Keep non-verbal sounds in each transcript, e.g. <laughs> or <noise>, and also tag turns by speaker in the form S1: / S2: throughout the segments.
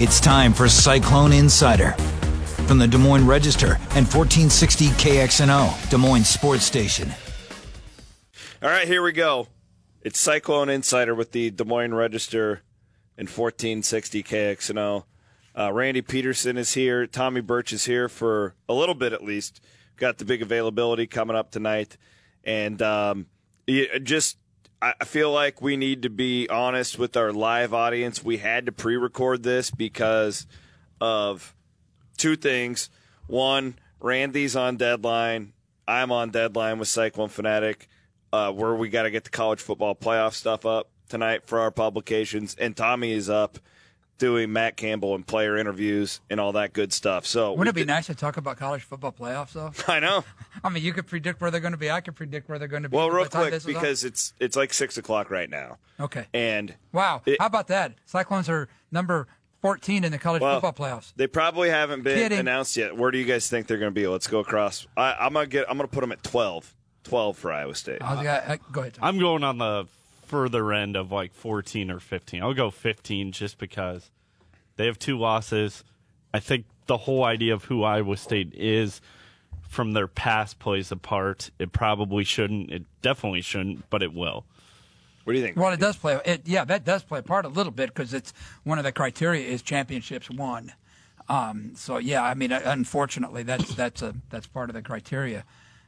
S1: It's time for Cyclone Insider from the Des Moines Register and 1460 KXNO, Des Moines Sports Station.
S2: All right, here we go. It's Cyclone Insider with the Des Moines Register and 1460 KXNO. Uh, Randy Peterson is here. Tommy Birch is here for a little bit at least. Got the big availability coming up tonight. And um, y- just, I I feel like we need to be honest with our live audience. We had to pre record this because of two things. One, Randy's on deadline. I'm on deadline with Cyclone Fanatic, uh, where we got to get the college football playoff stuff up tonight for our publications. And Tommy is up doing Matt Campbell and player interviews and all that good stuff. So we
S3: Wouldn't it be
S2: did-
S3: nice to talk about college football playoffs, though?
S2: I know.
S3: I mean, you could predict where they're going to be. I could predict where they're going to be.
S2: Well,
S3: by
S2: real
S3: the time
S2: quick
S3: this is on.
S2: because it's it's like six o'clock right now,
S3: okay,
S2: and
S3: wow,
S2: it-
S3: how about that? Cyclones are number fourteen in the college
S2: Well,
S3: football playoffs.
S2: They probably haven't been
S3: Kidding.
S2: announced yet. Where do you guys think they're going to be? Let's go across. I, I'm gonna get. I'm gonna put them at 12. 12 for Iowa State.
S3: I was- Oh, yeah, I- go ahead. Tom.
S4: I'm going on the further end of like 14 or 15. I'll go 15 just because they have two losses. I think the whole idea of who Iowa State is from their past plays a part. It probably shouldn't. It definitely shouldn't, but it will.
S2: What do you think?
S3: Well, it does play. It, yeah, that does play a part a little bit because it's one of the criteria is championships won. Um, so yeah, I mean, uh, unfortunately, that's that's a that's part of the criteria.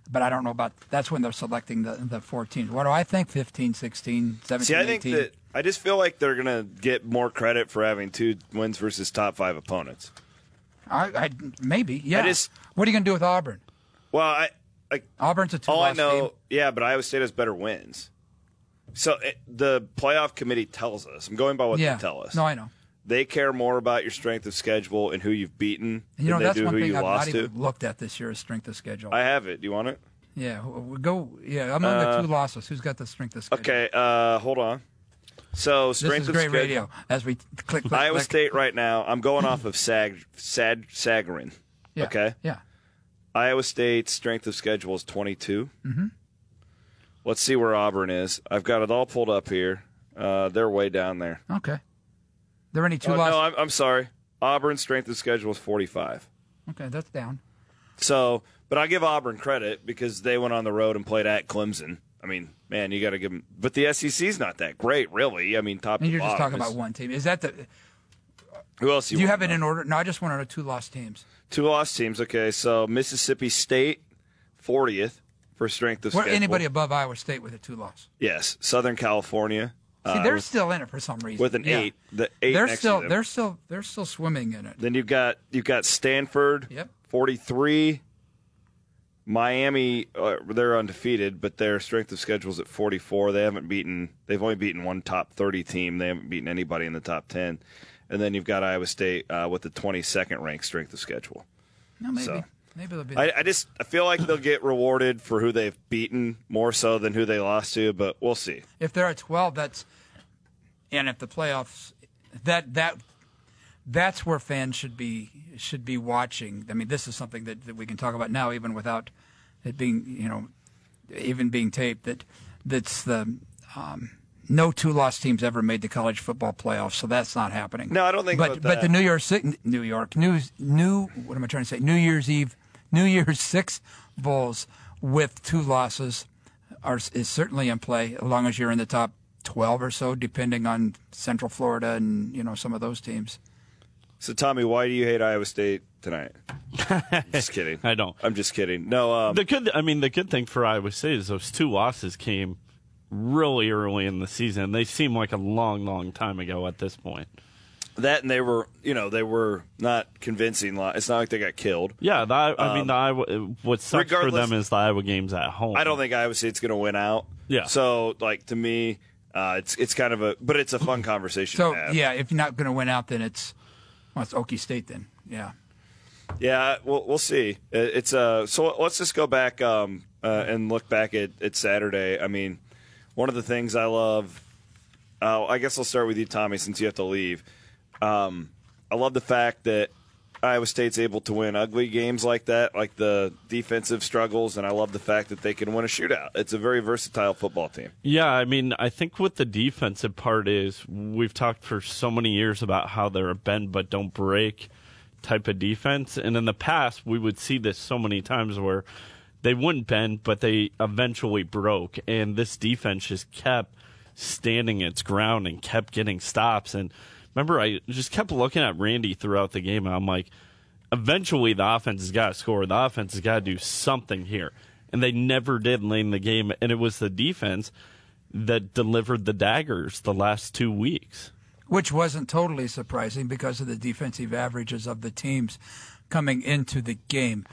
S3: But I don't know about that's when they're selecting the the 14. What do I think? 15, 16, 17,
S2: See, I think
S3: 18.
S2: that I just feel like they're gonna get more credit for having two wins versus top five opponents.
S3: I, I maybe yeah.
S2: just-
S3: what are you going to do with Auburn?
S2: Well, I like
S3: Auburn's a
S2: all
S3: two-loss
S2: Oh, I know.
S3: team.
S2: Yeah, but Iowa State has better wins. So it, the playoff committee tells us. I'm going by what
S3: Yeah,
S2: they tell us.
S3: No, I know.
S2: They care more about your strength of schedule and who you've beaten
S3: You know
S2: than
S3: that's
S2: they do
S3: one
S2: who
S3: thing
S2: you
S3: I've
S2: lost
S3: not
S2: to.
S3: even looked at this year is strength of schedule.
S2: I have it. Do you want it?
S3: yeah, w- w- go. Yeah, among the two losses, who's got the strength of schedule?
S2: Uh, Okay, uh, hold on. So
S3: this
S2: strength
S3: is
S2: of
S3: great
S2: schedule.
S3: radio. As we click, click
S2: Iowa
S3: click.
S2: State right now. I'm going off of Sag Sag Sagarin.
S3: Yeah,
S2: Okay.
S3: Yeah.
S2: Iowa State's strength of schedule is 22. Mm-hmm. Let's see where Auburn is. I've got it all pulled up here. Uh, they're way down there.
S3: Okay. There any two
S2: Oh,
S3: losses?
S2: no, I'm, I'm sorry. Auburn's strength of schedule is 45.
S3: okay, that's down.
S2: So, but I give Auburn credit because they went on the road and played at Clemson. I mean, man, you got to give them. But the SEC's not that great, really. I mean, top.
S3: I mean,
S2: to
S3: you're just
S2: bottom
S3: talking
S2: is-
S3: about one team. Is that the? Do
S2: Who else? You
S3: you
S2: wanna
S3: have it
S2: know?
S3: in order? No, I just want to know two lost teams.
S2: Two lost teams. Okay, so Mississippi State, 40th for strength of
S3: Where
S2: schedule.
S3: anybody above Iowa State with a two loss?
S2: Yes, Southern California.
S3: See,
S2: uh,
S3: they're
S2: with,
S3: still in it for some reason.
S2: with an
S3: Yeah.
S2: eight. The eight.
S3: they're
S2: next
S3: still
S2: To them.
S3: they're still they're still swimming in it.
S2: Then you've got you've got Stanford.
S3: Yep.
S2: 43. Miami, uh, they're undefeated, but their strength of schedule is at 44. They haven't beaten. They've only beaten one top 30 team. They haven't beaten anybody in the top 10. And then you've got Iowa State uh, with the 22nd ranked strength of schedule.
S3: No, maybe
S2: So.
S3: maybe they'll be.
S2: I, I just I feel like they'll get rewarded for who they've beaten more so than who they lost to, but we'll see.
S3: if they're at 12 that's and if the playoffs that that that's where fans should be should be watching i mean this is something that, that we can talk about now even without it being you know even being taped that that's the um no two lost teams ever made the college football playoffs, so that's not happening.
S2: No, I don't think
S3: But
S2: about
S3: but
S2: that.
S3: the New York City, New York, New New what am I trying to say? New Year's Eve, New Year's <laughs> Six bowls with two losses are is certainly in play as long as you're in the top 12 or so depending on Central Florida and you know some of those teams.
S2: So Tommy, why do you hate Iowa State
S4: <laughs>
S2: tonight? just kidding.
S4: I don't.
S2: I'm just kidding. No, um,
S4: The good, I mean, the good thing for Iowa State is those two losses came really early in the season. They seem like a long, long time ago at this point.
S2: that and they were, you know, they were not convincing. Lo- It's not like they got killed.
S4: Yeah, the, I I mean, the Iowa, what sucks for
S2: Um, regardless-
S4: them is the Iowa games at home.
S2: I don't think Iowa State's going to win out.
S4: Yeah.
S2: So like to me, uh, it's it's kind of a, but it's a fun conversation.
S3: So
S2: to have.
S3: yeah, if you're not going to win out then it's well, it's Okie State then. Yeah.
S2: Yeah, we'll we'll see. It- It's uh, so let's just go back um uh, and look back at at Saturday. I mean, one of the things I love. Uh, I guess I'll start with you, Tommy, since you have to leave. Um, I love the fact that Iowa State's able to win ugly games like that, like the defensive struggles, and I love the fact that they can win a shootout. It's a very versatile football team.
S4: Yeah, I mean, I think what the defensive part is, we've talked for so many years about how they're a bend but don't break type of defense. And in the past, we would see this so many times where they wouldn't bend, but they eventually broke. And this defense just kept standing its ground and kept getting stops. And remember, I just kept looking at Randy throughout the game, and I'm like, eventually the offense has got to score. The offense has got to do something here. And they never did late in the game. And it was the defense that delivered the daggers the last two weeks.
S3: which wasn't totally surprising because of the defensive averages of the teams coming into the game,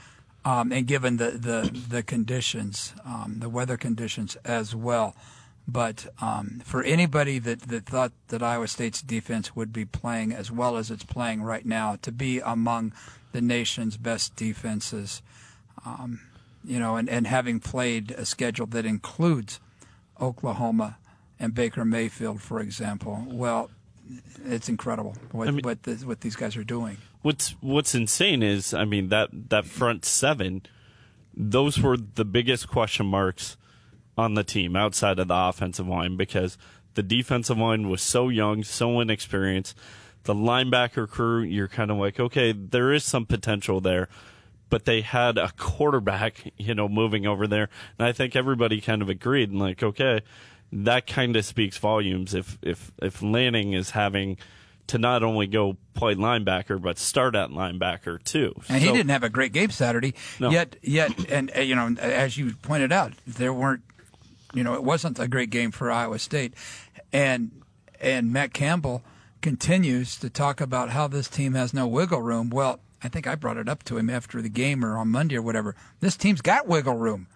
S3: um, and given the the, the conditions, um, the weather conditions as well. But um, for anybody that, that thought that Iowa State's defense would be playing as well as it's playing right now, to be among the nation's best defenses, um, you know, and, and having played a schedule that includes Oklahoma and Baker Mayfield, for example, well, it's incredible what what, the, what these guys are doing.
S4: What's what's insane is I mean that that front seven, those were the biggest question marks on the team outside of the offensive line because the defensive line was so young, so inexperienced. The linebacker crew, you're kind of like, okay, there is some potential there, but they had a quarterback, you know, moving over there, and I think everybody kind of agreed and like, okay, that kind of speaks volumes. If if if Lanning is having to not only go play linebacker but start at linebacker too,
S3: And he
S4: So-
S3: didn't have a great game Saturday.
S4: No.
S3: Yet, yet, and uh, you know, as you pointed out, there weren't, you know, it wasn't a great game for Iowa State, and and Matt Campbell continues to talk about how this team has no wiggle room. Well, I think I brought it up to him after the game or on Monday or whatever. This team's got wiggle room.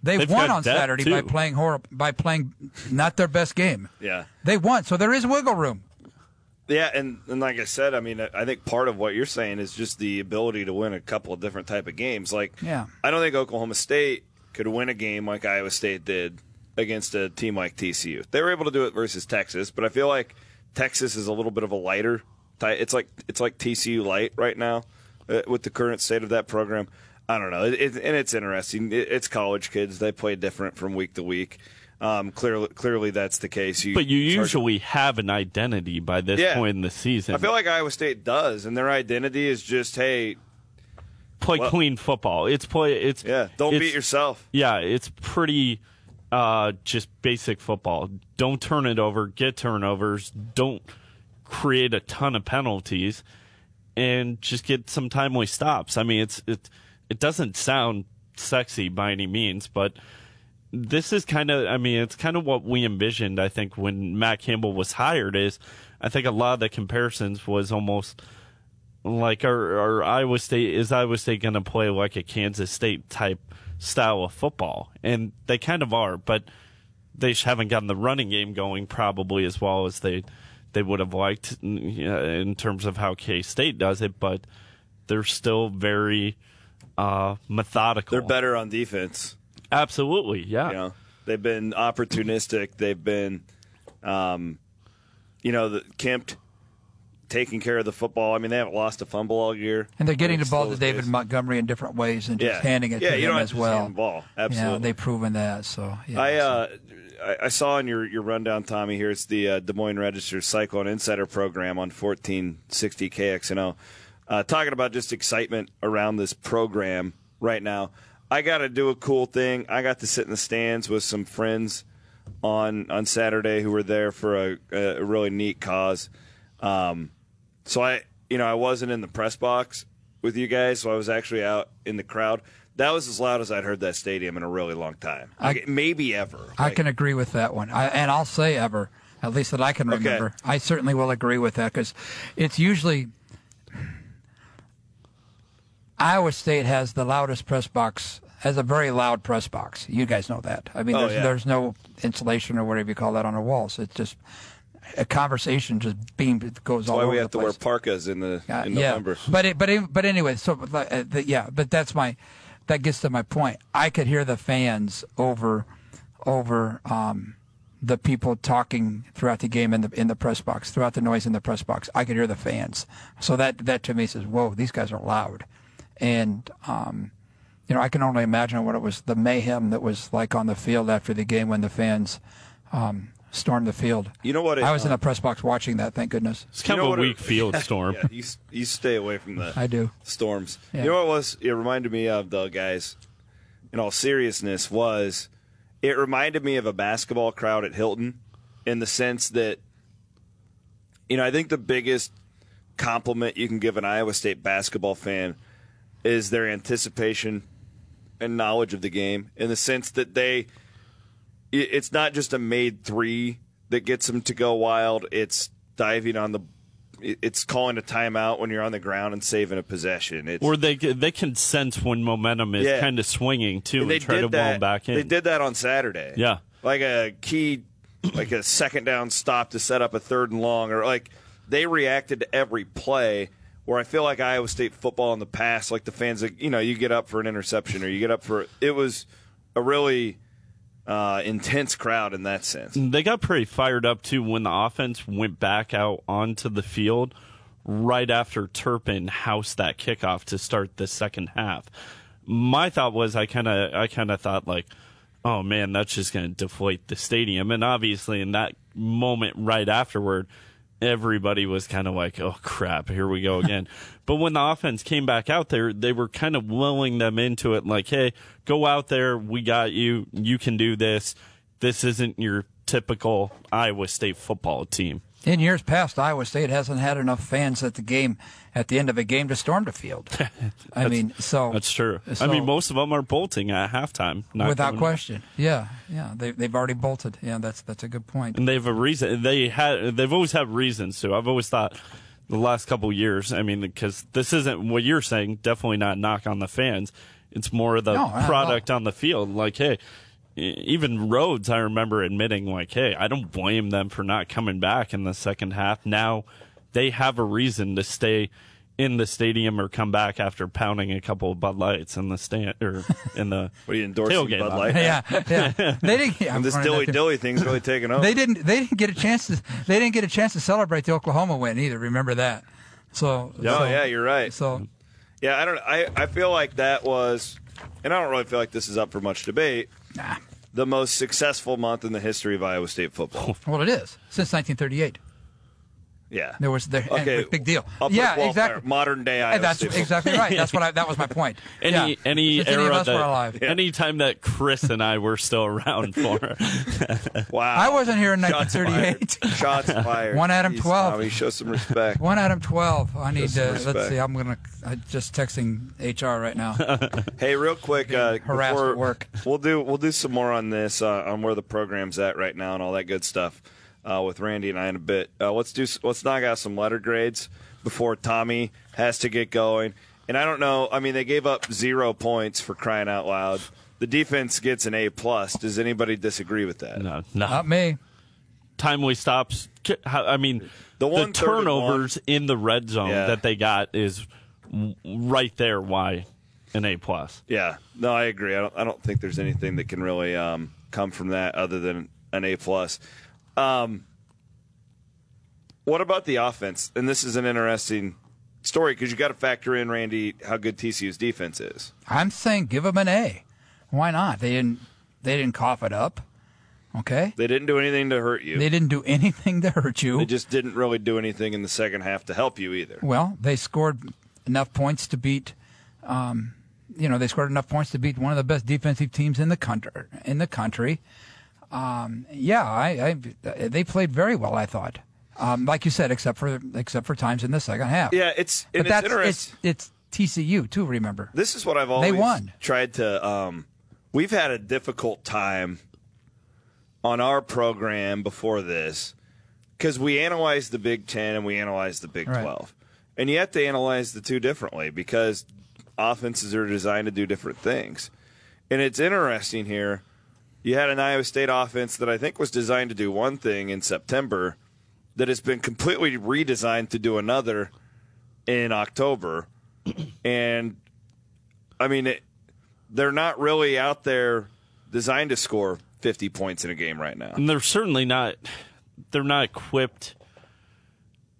S3: They
S4: They've
S3: won
S4: got
S3: on
S4: depth,
S3: Saturday by
S4: too.
S3: playing horrible, by playing not their best game.
S2: Yeah.
S3: They won, so there is wiggle room.
S2: Yeah, and, and like I said, I mean, I- I think part of what you're saying is just the ability to win a couple of different type of games. Like,
S3: Yeah.
S2: I don't think Oklahoma State could win a game like Iowa State did against a team like TCU. They were able to do it versus Texas, but I feel like Texas is a little bit of a lighter. Ty- it's like it's like TCU light right now uh, with the current state of that program. I don't know, it, it, and it's interesting. It, it's college kids; they play different from week to week. Um, clearly, clearly that's the case.
S4: But you
S2: it's hard to-
S4: usually have an identity by this
S2: Yeah.
S4: point in the season.
S2: I feel like Iowa State does, and their identity is just, hey,
S4: play
S2: well-
S4: clean football. It's play. It's
S2: yeah, don't
S4: it's-
S2: beat yourself.
S4: Yeah, it's pretty, uh, just basic football. Don't turn it over. Get turnovers. Don't create a ton of penalties, and just get some timely stops. I mean, it's it it doesn't sound sexy by any means, but this is kind of i mean it's kind of what we envisioned i think when matt campbell was hired is i think a lot of the comparisons was almost like our, our iowa state is iowa state going to play like a kansas state type style of football and they kind of are but they just haven't gotten the running game going probably as well as they they would have liked you know, in terms of how k state does it but they're still very uh methodical
S2: They're better on defense.
S4: absolutely yeah
S2: You know, they've been opportunistic. They've been, um, you know, the Kemp taking care of the football. I mean, they haven't lost a fumble all year,
S3: And they're getting the
S2: It's
S3: ball to
S2: those
S3: David
S2: days.
S3: Montgomery in different ways and
S2: Yeah,
S3: just handing it
S2: yeah,
S3: to
S2: you
S3: him
S2: don't have
S3: as
S2: to just
S3: well.
S2: hand the ball.
S3: Yeah,
S2: Absolutely.
S3: they've proven that. So yeah,
S2: I
S3: so-
S2: uh, I, I saw in your, your rundown, Tommy. Here it's the uh, Des Moines Register Cyclone Insider Program on fourteen sixty KXNO, uh, talking about just excitement around this program right now. I got to do a cool thing. I got to sit in the stands with some friends on on Saturday who were there for a, a really neat cause. Um, so I, you know, I wasn't in the press box with you guys, so I was actually out in the crowd. That was as loud as I'd heard that stadium in a really long time, like, maybe ever.
S3: I
S2: Like,
S3: can agree with that one. I, and I'll say ever, at least that I can remember. I certainly will agree with that because it's usually Iowa State has the loudest press box, has a very loud press box. You guys know that. I mean,
S2: Oh,
S3: there's,
S2: yeah.
S3: there's no insulation or whatever you call that on the walls. It's just a conversation just beam it goes all
S2: why
S3: over
S2: we
S3: the
S2: have to
S3: place.
S2: wear parkas in the
S3: Uh,
S2: in
S3: yeah.
S2: November.
S3: But it, but it, but anyway, so uh, the, yeah, but that's my that gets to my point. I could hear the fans over over um, the people talking throughout the game in the in the press box, throughout the noise in the press box. I could hear the fans. So that that to me says, "Whoa, these guys are loud," and um, you know I can only imagine what it was the mayhem that was like on the field after the game when the fans um, stormed the field.
S2: You know what it- uh,
S3: I was in the press box watching that. Thank goodness.
S4: It's kind
S2: You know what
S4: of a
S2: it-
S4: weak field
S2: <laughs>
S4: storm.
S2: Yeah, you, s- you stay away from that.
S3: I do.
S2: storms.
S3: Yeah.
S2: You know what it was? It reminded me of though, guys. In all seriousness, was it reminded me of a basketball crowd at Hilton, in the sense that, you know, I think the biggest compliment you can give an Iowa State basketball fan is their anticipation and knowledge of the game, in the sense that they, i- it's not just a made three that gets them to go wild. It's diving on the. it- It's calling a timeout when you're on the ground and saving a possession. It's,
S4: Or they c- they can sense when momentum is
S2: Yeah.
S4: kind of swinging too, and,
S2: they
S4: try
S2: did
S4: to
S2: that,
S4: blow 'em back in.
S2: They did that on Saturday.
S4: Yeah.
S2: Like a key, like a second down stop to set up a third and long, or like they reacted to every play. Where I feel like Iowa State football in the past, like the fans, like, you know, you get up for an interception or you get up for it was a really uh, intense crowd in that sense.
S4: they got pretty fired up too when the offense went back out onto the field right after Turpin housed that kickoff to start the second half. My thought was I kind of I kind of thought like, oh man, that's just going to deflate the stadium. And obviously, in that moment right afterward, everybody was kind of like, oh crap, here we go again. but when the offense came back out there, they were kind of willing them into it, like, hey, go out there, we got you, you can do this this isn't your typical Iowa State football team.
S3: In years past, Iowa State hasn't had enough fans at the game at the end of a game to storm the
S4: <laughs>
S3: field. I mean, so
S4: That's true.
S3: so-
S4: I mean, most of them are bolting at halftime. not
S3: without
S4: coming-
S3: question. Yeah, yeah, they they've already bolted. Yeah, that's that's a good point.
S4: And they have a reason. They had. They've always had reasons to. I've always thought the last couple years. I mean, because this isn't what you're saying. Definitely not knock on the fans. It's more the
S3: No, not at
S4: product on the field. Like, hey, e- even Rhodes, I remember admitting, like, hey, I don't blame them for not coming back in the second half. Now they have a reason to stay in the stadium or come back after pounding a couple of Bud Lights in the stand or in the
S2: What are you endorsing,
S4: Tailgate
S2: Bud
S4: line.
S2: Light?
S3: <laughs> Yeah,
S4: <laughs>
S3: yeah. They didn't. yeah, I'm
S2: And this
S3: running
S2: dilly
S3: that-
S2: dilly thing's really
S3: <laughs>
S2: taking over.
S3: They didn't. They didn't get a chance to. They didn't get a chance to celebrate the Oklahoma win either. Remember that. So.
S2: oh
S3: so-
S2: yeah, you're right.
S3: So
S2: Yeah, I don't. I I feel like that was, and I don't really feel like this is up for much debate.
S3: Nah.
S2: The most successful month in the history of Iowa State football.
S3: well, it is since 1938.
S2: Yeah,
S3: There was there. and
S2: Okay,
S3: big deal.
S2: upper
S3: yeah,
S2: qualifier,
S3: exactly.
S2: Modern day Iowa
S3: And that's
S2: State.
S3: exactly right. That's what I. That was my point.
S4: <laughs> Any
S3: yeah.
S4: any
S3: Since
S4: era
S3: any of us
S4: that
S3: were alive.
S4: <laughs> any time that Chris and I were still
S3: <laughs>
S4: around for.
S2: football. Wow,
S3: I wasn't here in
S2: Shots fired.
S3: 1938.
S2: Shots fired.
S3: <laughs> One Adam
S2: Jeez,
S3: 12.
S2: Tommy, show some respect.
S3: One item 12. I need
S2: Just
S3: to. Let's
S2: respect.
S3: see. I'm gonna. I'm just texting HR right now. <laughs>
S2: Hey, real quick, uh,
S3: harassed
S2: before-
S3: at work.
S2: We'll do we'll do some more on this uh, on where the program's at right now and all that good stuff uh, with Randy and I in a bit. Uh, let's do s- let's knock out some letter grades before Tommy has to get going. And I don't know. I mean, they gave up zero points for crying out loud. The defense gets an A plus. Does anybody disagree with that?
S4: no, no.
S3: Not me.
S4: Timely stops. ki- how- I mean,
S2: The
S4: the,
S2: one third and
S4: turnovers in the red zone
S2: Yeah.
S4: that they got is w- right there. Why an A plus?
S2: Yeah, no, I agree. I don't. I don't think there's anything that can really um, come from that other than an A plus. Um, what about the offense? And this is an interesting story because you got to factor in Randy how good TCU's defense is.
S3: I'm saying give them an A. Why not? They didn't. They didn't cough it up. Okay.
S2: They didn't do anything to hurt you.
S3: They didn't do anything to hurt you.
S2: They just didn't really do anything in the second half to help you either.
S3: Well, they scored enough points to beat. Um, you know, they scored enough points to beat one of the best defensive teams in the country. In the country, um, yeah, I, I, they played very well. I thought, um, like you said, except for except for times in the second half.
S2: Yeah, it's and
S3: but
S2: it's
S3: that's
S2: interesting.
S3: it's it's TCU too. Remember,
S2: This is what I've always
S3: won.
S2: tried to. Um, we've had a difficult time on our program before this because we analyzed the Big Ten and we analyzed the Big
S3: Right.
S2: Twelve, and you have to analyze the two differently because offenses are designed to do different things. And it's interesting here. You had an Iowa State offense that I think was designed to do one thing in September that has been completely redesigned to do another in October. And I mean, it, they're not really out there designed to score 50 points in a game right now.
S4: and they're certainly not they're not equipped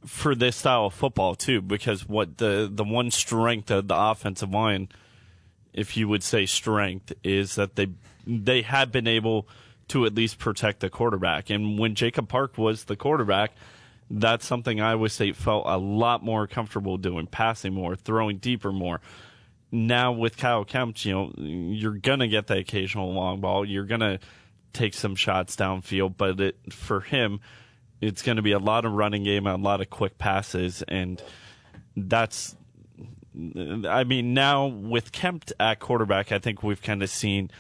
S4: for this style of football too because what the the one strength of the offensive line if you would say strength is that they they have been able to at least protect the quarterback and when Jacob Park was the quarterback that's something Iowa State felt a lot more comfortable doing passing more throwing deeper more now with Kyle Kemp, you know, you're gonna get the occasional long ball. You're gonna take some shots downfield, but it, for him, it's gonna be a lot of running game, a lot of quick passes, and that's. I mean, now with Kemp at quarterback, I think we've kind of seen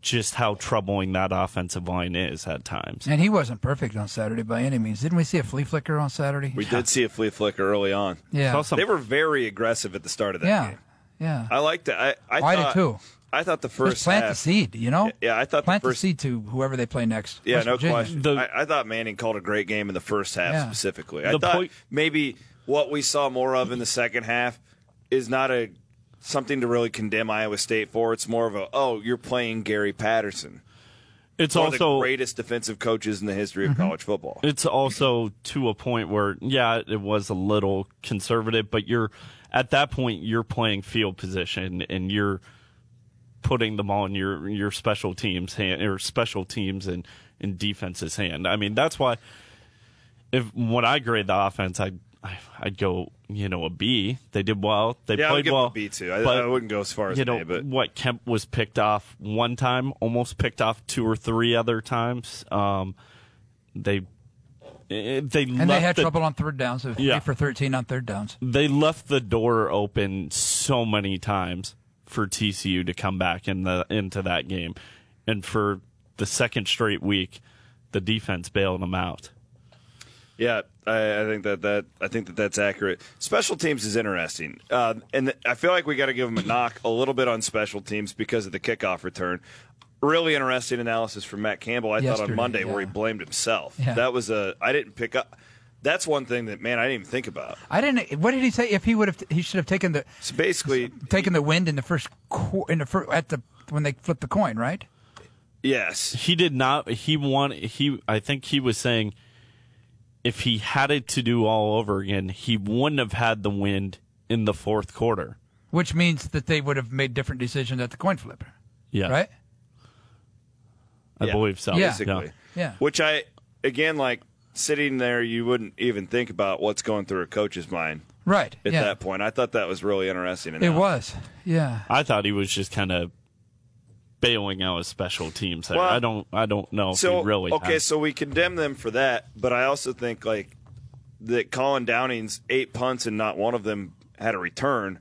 S4: just how troubling that offensive line is at times.
S3: And he wasn't perfect on Saturday by any means. Didn't we see a flea flicker on Saturday?
S2: We did see a flea flicker early on.
S3: Yeah.
S4: Saw some-
S2: They were very aggressive at the start of that
S3: yeah.
S2: game.
S3: Yeah.
S2: I liked it. I, I
S3: I did
S2: thought,
S3: too.
S2: I thought the
S3: Just
S2: first
S3: plant
S2: half,
S3: the seed, you know?
S2: Yeah, I thought the
S3: plant
S2: first-
S3: the seed to whoever they play next.
S2: Yeah,
S3: West
S2: no
S3: Virginia.
S2: question.
S4: The-
S2: I, I thought Manning called a great game in the first half
S3: Yeah.
S2: specifically. I
S4: The
S2: thought
S4: point-
S2: maybe what we saw more of in the second half is not a something to really condemn Iowa State for. It's more of a oh, you're playing Gary Patterson,
S4: It's
S2: one of
S4: also
S2: the greatest defensive coaches in the history
S3: Mm-hmm.
S2: of college football.
S4: It's also to a point where, yeah, it was a little conservative, but you're at that point you're playing field position and you're putting them on your your special teams hand or special teams and in defense's hand. I mean, that's why if when I grade the offense, I. I- I'd go, you know, a B. They did well. They
S2: Yeah, I'll
S4: played
S2: give
S4: well.
S2: him a B too. I,
S4: but-
S2: I wouldn't go as far as
S4: you know
S2: A, but
S4: what Kemp was picked off one time, almost picked off two or three other times. Um, they eh, they
S3: And
S4: left
S3: they had
S4: the,
S3: trouble on third downs. They were
S4: Yeah.
S3: Three for 13 on third downs.
S4: They left the door open so many times for TCU to come back in the into that game, and for the second straight week, the defense bailed them out.
S2: Yeah, I, I think that that I think that that's accurate. Special teams is interesting, uh, and th- I feel like we got to give them a knock a little bit on special teams because of the kickoff return. Really interesting analysis from Matt Campbell. I thought
S3: Yesterday,
S2: on Monday where he
S3: yeah.
S2: blamed himself.
S3: Yeah.
S2: That was a I didn't pick up. That's one thing that man I didn't even think about.
S3: I didn't. What did he say? If he would have, he should have taken the
S2: So
S3: <laughs>
S2: basically,
S3: taken the wind in the first qu- in the first at the when they flipped the coin, right?
S2: yes,
S4: He did not. He won. He. I think he was saying, if he had it to do all over again, he wouldn't have had the wind in the fourth quarter.
S3: Which means that they would have made different decisions at the coin flip,
S4: Yeah.
S3: right?
S4: I
S2: Yeah.
S4: believe so.
S3: Yeah.
S2: basically.
S3: Yeah.
S2: Which I again like sitting there, you wouldn't even think about what's going through a coach's mind
S3: Right.
S2: at
S3: yeah.
S2: that point. I thought that was really interesting.
S3: It
S2: analysis.
S3: was. Yeah.
S4: I thought he was just kind of bailing out his special teams. There.
S2: Well,
S4: I don't. I don't know if
S2: so
S4: he really.
S2: okay
S4: has.
S2: so we condemn them for that but i also think like that colin downing's eight punts and not one of them had a return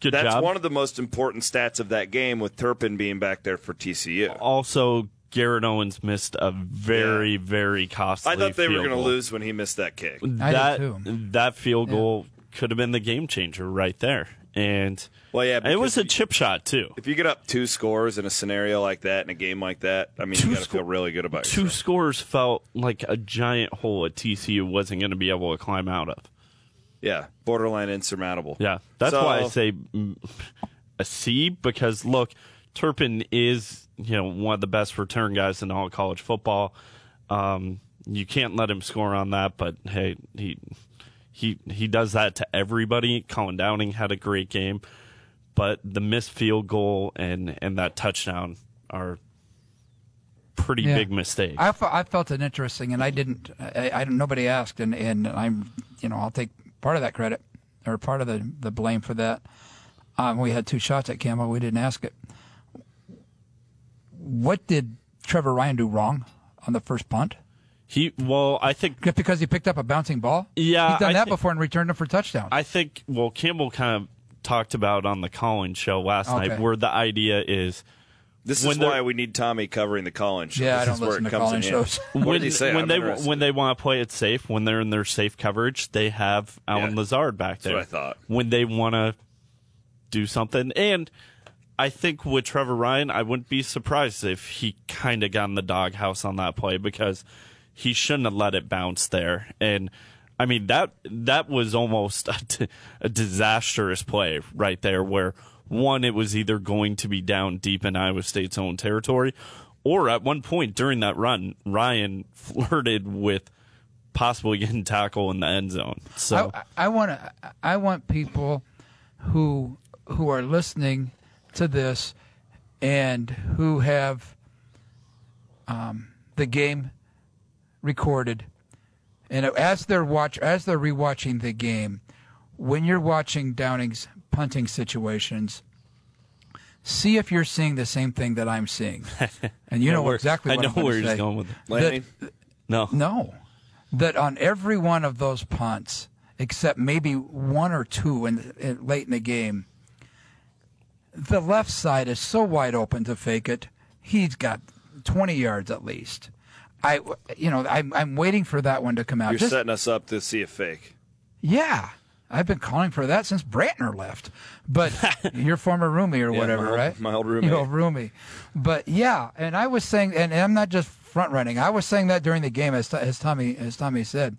S4: good
S2: that's
S4: job.
S2: one of the most important stats of that game with turpin being back there for tcu
S4: also, Garrett Owens missed a very, very costly.
S2: i thought they were
S4: going to
S2: to lose when he missed that kick
S3: I did
S4: That
S3: too.
S4: that field goal could have been the game changer right there. And
S2: Well, yeah,
S4: it was
S2: because
S4: a
S2: you-
S4: chip shot too.
S2: if you get up two scores in a scenario like that in a game like that i mean
S4: Two
S2: you got to
S4: sco-
S2: feel really good about
S4: Two
S2: yourself.
S4: scores felt like a giant hole that TCU wasn't going to be able to climb out of.
S2: yeah borderline insurmountable
S4: Yeah, that's why I
S2: So-
S4: say mm, a C because look, Turpin is you know one of the best return guys in all of college football. Um, you can't let him score on that, but hey, he he he does that to everybody. Colin Downing had a great game, but the missed field goal and and that touchdown are pretty
S3: Yeah.
S4: big mistakes.
S3: I, fe- I felt it interesting, and I didn't. I, I nobody asked, and, and I'm you know I'll take part of that credit or part of the, the blame for that. Um, we had two shots at Campbell. We didn't ask it. What did Trevor Ryan do wrong on the first punt?
S4: he well, I think
S3: Just because he picked up a bouncing ball?
S4: Yeah,
S3: he's done
S4: I
S3: that
S4: thi-
S3: before and returned it for touchdown.
S4: I think well Campbell kind of talked about on the Colin show last
S3: Okay.
S4: night where the idea is
S2: this
S4: when
S2: is
S4: they're-
S2: why we need tommy covering the colin show
S3: yeah,
S2: this
S3: I
S2: is
S3: don't
S2: where
S3: listen
S2: it
S3: to
S2: comes in
S3: call-in shows. <laughs>
S2: handy. what
S4: when,
S2: did he say
S4: when
S2: I'm
S4: they
S2: interested.
S4: when they want to play it safe when they're in their safe coverage they have Alan
S2: Yeah.
S4: Lazard back there.
S2: what I thought.
S4: When they want to do something and I think with Trevor Ryan I wouldn't be surprised if he kind of got in the doghouse on that play because he shouldn't have let it bounce there and I mean that that was almost a, d- a disastrous play right there where one it was either going to be down deep in Iowa State's own territory Or at one point during that run, Ryan <laughs> flirted with possibly getting tackled in the end zone. So
S3: I, I want to. I want people who who are listening to this and who have um, the game recorded, and as they're watch as they're rewatching the game, when you're watching Downing's punting situations. See if you're seeing the same thing that I'm
S4: <laughs>
S3: seeing, and you know
S4: where-
S3: exactly.
S4: I
S3: What
S4: know
S3: I'm gonna
S4: where he's
S3: say.
S4: going with it.
S2: Lanny?
S4: No,
S3: No. That on every one of those punts, except maybe one or two in, in late in the game, the left side is so wide open to fake it. He's got 20 yards at least. I, you know, I'm, I'm waiting for that one to come out.
S2: You're
S3: Just-
S2: setting us up to see a fake.
S3: yeah. I've been calling for that since Brantner left,
S2: <laughs>
S3: but your former roomie or whatever,
S2: my old-
S3: right?
S2: my old
S3: Your
S2: roommate.
S3: old roomie. But yeah, and I was saying, and, and I'm not just front running. I was saying that during the game, as, as Tommy as Tommy said.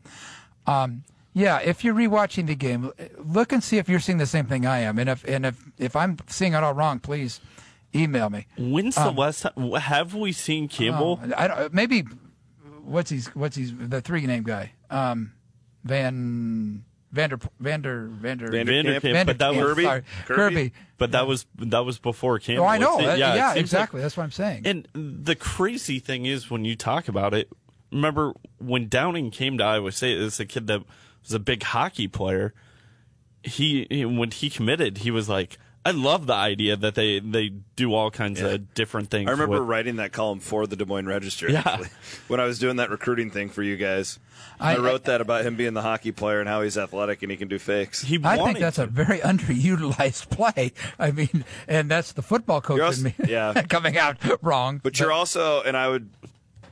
S3: Um, yeah, if you're rewatching the game, look and see if you're seeing the same thing I am, and if and if if I'm seeing it all wrong, please email me.
S4: When's
S3: Um,
S4: the last time have we seen Campbell?
S3: I don't, uh, maybe what's he's what's he's the three name guy? Um, Van Vander Vander Vander
S2: Vanderkamp.
S4: Vanderkamp, but that
S3: Vanderkamp,
S4: was
S2: Kirby?
S3: sorry.
S2: Kirby?
S3: Kirby.
S4: but that was that was before Campbell.
S3: Oh, I know.
S4: It's-
S3: That- yeah,
S4: it seems like-
S3: exactly. That's what I'm saying.
S4: And the crazy thing is, when you talk about it, remember when Downing came to Iowa State, this is a kid that was a big hockey player. He he- when he committed, he was like, "I love the idea that they they do all kinds of different things."
S2: I remember
S4: with-
S2: writing that column for the Des Moines Register.
S4: Yeah.
S2: Actually, when I was doing that recruiting thing for you guys, I,
S3: I-
S2: wrote that about him being the hockey player and how he's athletic and he can do fakes.
S4: he
S3: I
S4: wanted.
S3: think that's a very <laughs> underutilized play. I mean, and that's the football coach
S2: You're also-
S3: in me
S2: yeah.
S3: <laughs> coming out wrong.
S2: But you're also, and I would,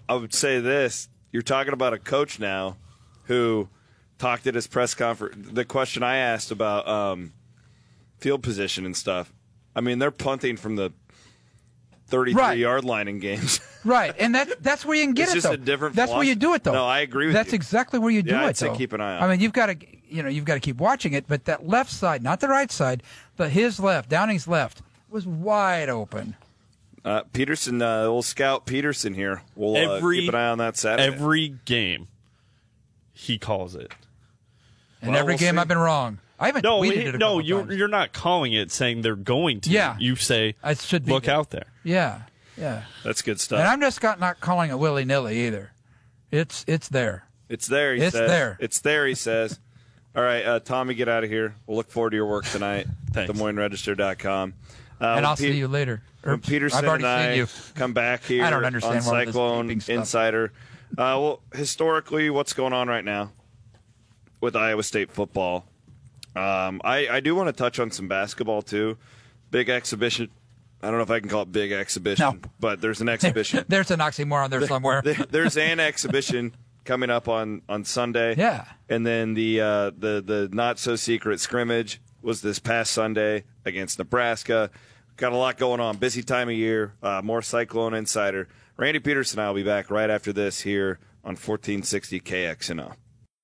S2: I would say this: you're talking about a coach now, who talked at his press conference. The question I asked about um, field position and stuff. I mean, they're punting from the 33
S3: Right.
S2: yard line in games. <laughs>
S3: right, and that that's where you can get
S2: It's
S3: it.
S2: just
S3: though.
S2: a different
S3: That's where you do it, though.
S2: philosophy. No, I agree with
S3: That's
S2: you.
S3: exactly where you do
S2: Yeah, I'd
S3: it.
S2: say
S3: though.
S2: keep an eye on
S3: I
S2: it.
S3: mean, you've got to, you know, you've got to keep watching it. But that left side, not the right side, but his left, Downing's left, was wide open.
S2: uh, Peterson, uh, old scout Peterson here. We'll uh,
S4: Every-
S2: keep an eye on that Saturday.
S4: every game. He calls it.
S3: And
S2: Well,
S3: every
S2: we'll
S3: game
S2: see.
S3: I've been wrong. I haven't
S4: No,
S3: tweeted
S4: he-
S3: it a
S4: no,
S3: couple
S4: you're
S3: times.
S4: you're not calling it saying they're going to.
S3: Yeah.
S4: you say
S3: I should be
S4: look
S3: good.
S4: out there.
S3: Yeah, yeah.
S2: That's good stuff.
S3: And I'm just got, not calling it willy nilly either. It's it's there.
S2: It's there, he
S3: It's
S2: says.
S3: there.
S2: It's there, he says. All right, uh, Tommy, get out of here. We'll look forward to your work tonight.
S3: <laughs>
S4: Thanks.
S2: Des Moines Register.com. Uh,
S3: and
S2: when
S3: I'll
S2: Pe-
S3: see you later.
S2: When
S3: Oops,
S2: Peterson
S3: I've already
S2: and I
S3: seen you.
S2: come back here
S3: <laughs> I don't understand
S2: on
S3: all this
S2: Cyclone
S3: bleeping stuff.
S2: Insider. Uh, well, historically, what's going on right now with Iowa State football? Um, I, I do want to touch on some basketball, too. Big exhibition. I don't know if I can call it big exhibition,
S3: No.
S2: but there's an exhibition.
S3: <laughs> There's an
S2: <laughs>
S3: oxymoron there somewhere.
S2: There- there's an exhibition coming up on on Sunday.
S3: Yeah.
S2: and then the uh, the the not so secret scrimmage was this past Sunday against Nebraska. Got a lot going on. Busy time of year. Uh, more Cyclone Insider. Randy Peterson. I'll be back right after this here on 1460 KXNO.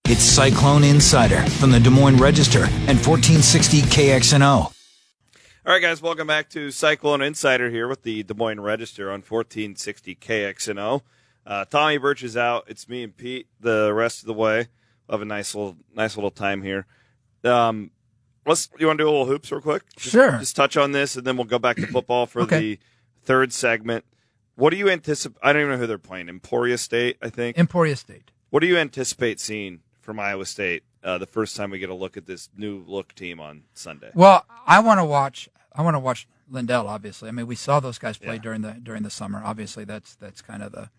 S1: It's Cyclone Insider from the Des Moines Register and 1460 KXNO.
S2: All right, guys, welcome back to Cyclone Insider here with the Des Moines Register on 1460 KXNO. Uh, Tommy Birch is out. It's me and Pete the rest of the way. We'll have a nice little, nice little time here. Um, let's. You want to do a little hoops real quick? Just-
S3: Sure.
S2: Just touch on this, and then we'll go back to football for
S3: Okay.
S2: the third segment. What do you anticipate? I don't even know who they're playing. Emporia State, I think.
S3: Emporia State.
S2: What do you anticipate seeing from Iowa State uh, the first time we get a look at this new look team on Sunday?
S3: Well, I want to watch. I want to watch Lindell. Obviously, I mean, we saw those guys play
S2: Yeah.
S3: during the during the summer. Obviously, that's that's kind of the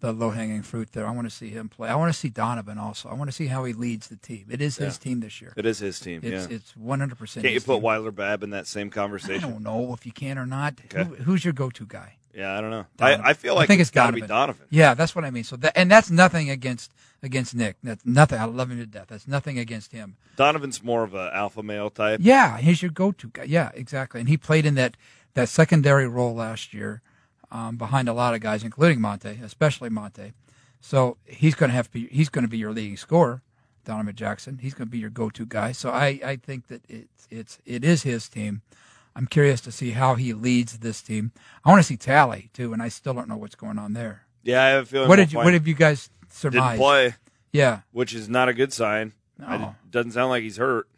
S3: the low hanging fruit there. I want to see him play. I want to see Donovan also. I want to see how he leads the team. It is his team this year.
S2: It is his team. yeah.
S3: It's it's 100. percent
S2: Can't you put Weiler Bab in that same conversation?
S3: I don't know if you can or not. Who, who's your go to guy?
S2: yeah, I don't know. I, I feel like
S3: I think it's
S2: got to
S3: Donovan.
S2: be Donovan.
S3: Yeah, that's what I mean. So that, and that's nothing against against Nick. That's nothing. I love him to death. That's nothing against him.
S2: Donovan's more of an alpha male type.
S3: Yeah, he's your go to guy. Yeah, exactly. And he played in that that secondary role last year um, behind a lot of guys, including Monte, especially Monte. So he's going to have to be he's going to be your leading scorer, Donovan Jackson. He's going to be your go to guy. So I I think that it's it's it is his team. I'm curious to see how he leads this team. I want to see Tally too, and I still don't know what's going on there.
S2: Yeah, I have a feeling.
S3: What
S2: we'll
S3: did you,
S2: find-
S3: what have you guys
S2: didn't
S3: surmised?
S2: play,
S3: Yeah,
S2: which is not a good sign. I
S3: No.
S2: d- doesn't sound like he's hurt.